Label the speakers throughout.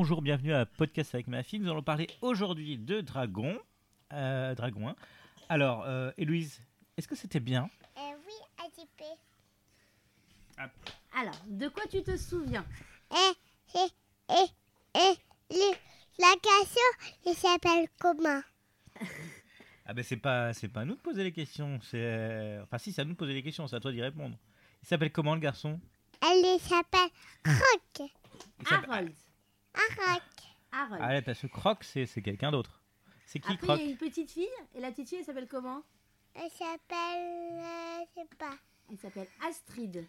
Speaker 1: Bonjour, bienvenue à Podcast avec ma fille. Nous allons parler aujourd'hui de Dragon. Euh, Dragon 1. Alors, euh, Héloïse, est-ce que c'était bien
Speaker 2: Euh, oui, ATP.
Speaker 3: Alors, de quoi tu te souviens
Speaker 2: Eh, eh, eh, eh, le- la question, il s'appelle comment
Speaker 1: Ah ben c'est pas c'est pas à nous de poser les questions, c'est enfin si c'est à nous de poser les questions, c'est à toi d'y répondre. Il s'appelle comment le garçon
Speaker 2: Elle il s'appelle Ah, Croc.
Speaker 1: Il s'appelle-
Speaker 3: Harold.
Speaker 2: Croc.
Speaker 3: Harold.
Speaker 1: Ah là, parce que Croc c'est c'est quelqu'un d'autre. C'est
Speaker 2: Ah
Speaker 1: qui
Speaker 3: Après,
Speaker 1: Croc
Speaker 3: il y a une petite fille, et la petite fille, elle s'appelle comment
Speaker 2: Elle s'appelle, euh, je sais pas.
Speaker 3: Elle s'appelle Astrid.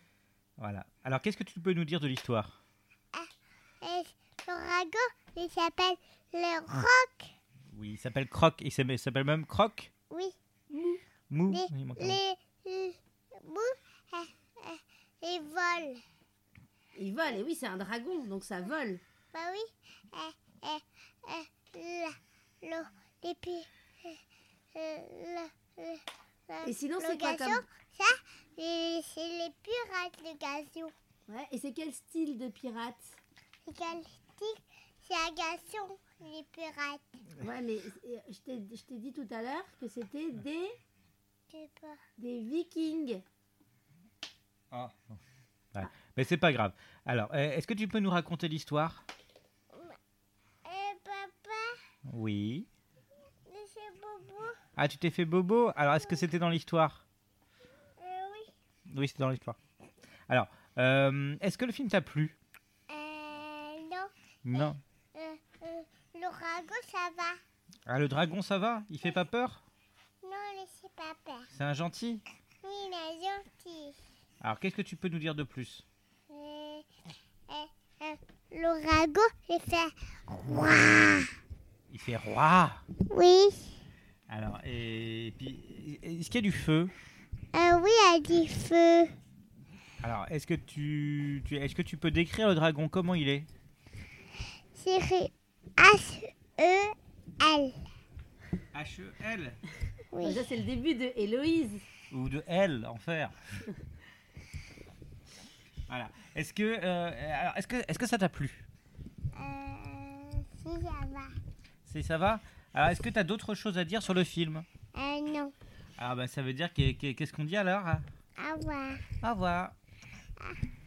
Speaker 1: Voilà. Alors qu'est-ce que tu peux nous dire de l'histoire
Speaker 2: Et le dragon, il s'appelle le Roc.
Speaker 1: Oui, il s'appelle Croc, il s'appelle il s'appelle même Croc
Speaker 2: Oui,
Speaker 1: Mou.
Speaker 2: les,
Speaker 1: Il manque un mot.
Speaker 2: les, les moules, euh, euh, ils volent.
Speaker 3: Il vole, et oui, c'est un dragon, donc ça vole.
Speaker 2: Bah oui. Euh, euh, euh, la- l'eau, les pi- euh, euh, la- la- la-
Speaker 3: Et sinon, c'est quoi
Speaker 2: le
Speaker 3: comme...
Speaker 2: gazon, Ça, les- c'est les pirates, le gazon.
Speaker 3: Ouais, et c'est quel style de pirate
Speaker 2: Les galactiques, c'est un gazon, les pirates.
Speaker 3: Ouais, mais euh, je t'ai- je t'ai dit tout à l'heure que c'était des,
Speaker 2: Je sais pas.
Speaker 3: des vikings.
Speaker 1: Ah, Ouais. Mais c'est pas grave. Alors, euh, est-ce que tu peux nous raconter l'histoire
Speaker 2: Eh, papa,
Speaker 1: Oui.
Speaker 2: c'est Bobo.
Speaker 1: Ah, tu t'es fait bobo Alors, est-ce que c'était dans l'histoire
Speaker 2: Euh, oui.
Speaker 1: Oui, c'était dans l'histoire. Alors, euh, est-ce que le film t'a plu
Speaker 2: Euh, non.
Speaker 1: Non.
Speaker 2: Euh, euh, l'orago, ça va.
Speaker 1: Ah, le dragon, ça va Il fait pas peur
Speaker 2: Non, laissez pas peur.
Speaker 1: C'est un gentil
Speaker 2: Oui, il est gentil.
Speaker 1: Alors, qu'est-ce que tu peux nous dire de plus
Speaker 2: Euh, euh, euh, l'orago, il fait.
Speaker 1: Il fait roi
Speaker 2: Oui.
Speaker 1: Alors, et, et puis, est-ce qu'il y a du feu
Speaker 2: Euh, oui, elle dit feu.
Speaker 1: Alors, est-ce que tu, tu- est-ce que tu peux décrire le dragon Comment il est
Speaker 2: C'est ré- E H-E-L.
Speaker 1: H-E-L
Speaker 2: Oui. Euh,
Speaker 3: Ça, c'est le début de Héloïse.
Speaker 1: Ou de L, enfer Voilà. Est-ce que, euh, alors, est-ce que, est-ce que ça t'a plu
Speaker 2: Euh, si, ça va.
Speaker 1: Si ça va Alors, est-ce que t'as d'autres choses à dire sur le film
Speaker 2: Euh, non.
Speaker 1: Ah, bah, ça veut dire qu'est- qu'est- qu'est-ce qu'on dit alors hein
Speaker 2: Au revoir.
Speaker 1: Au revoir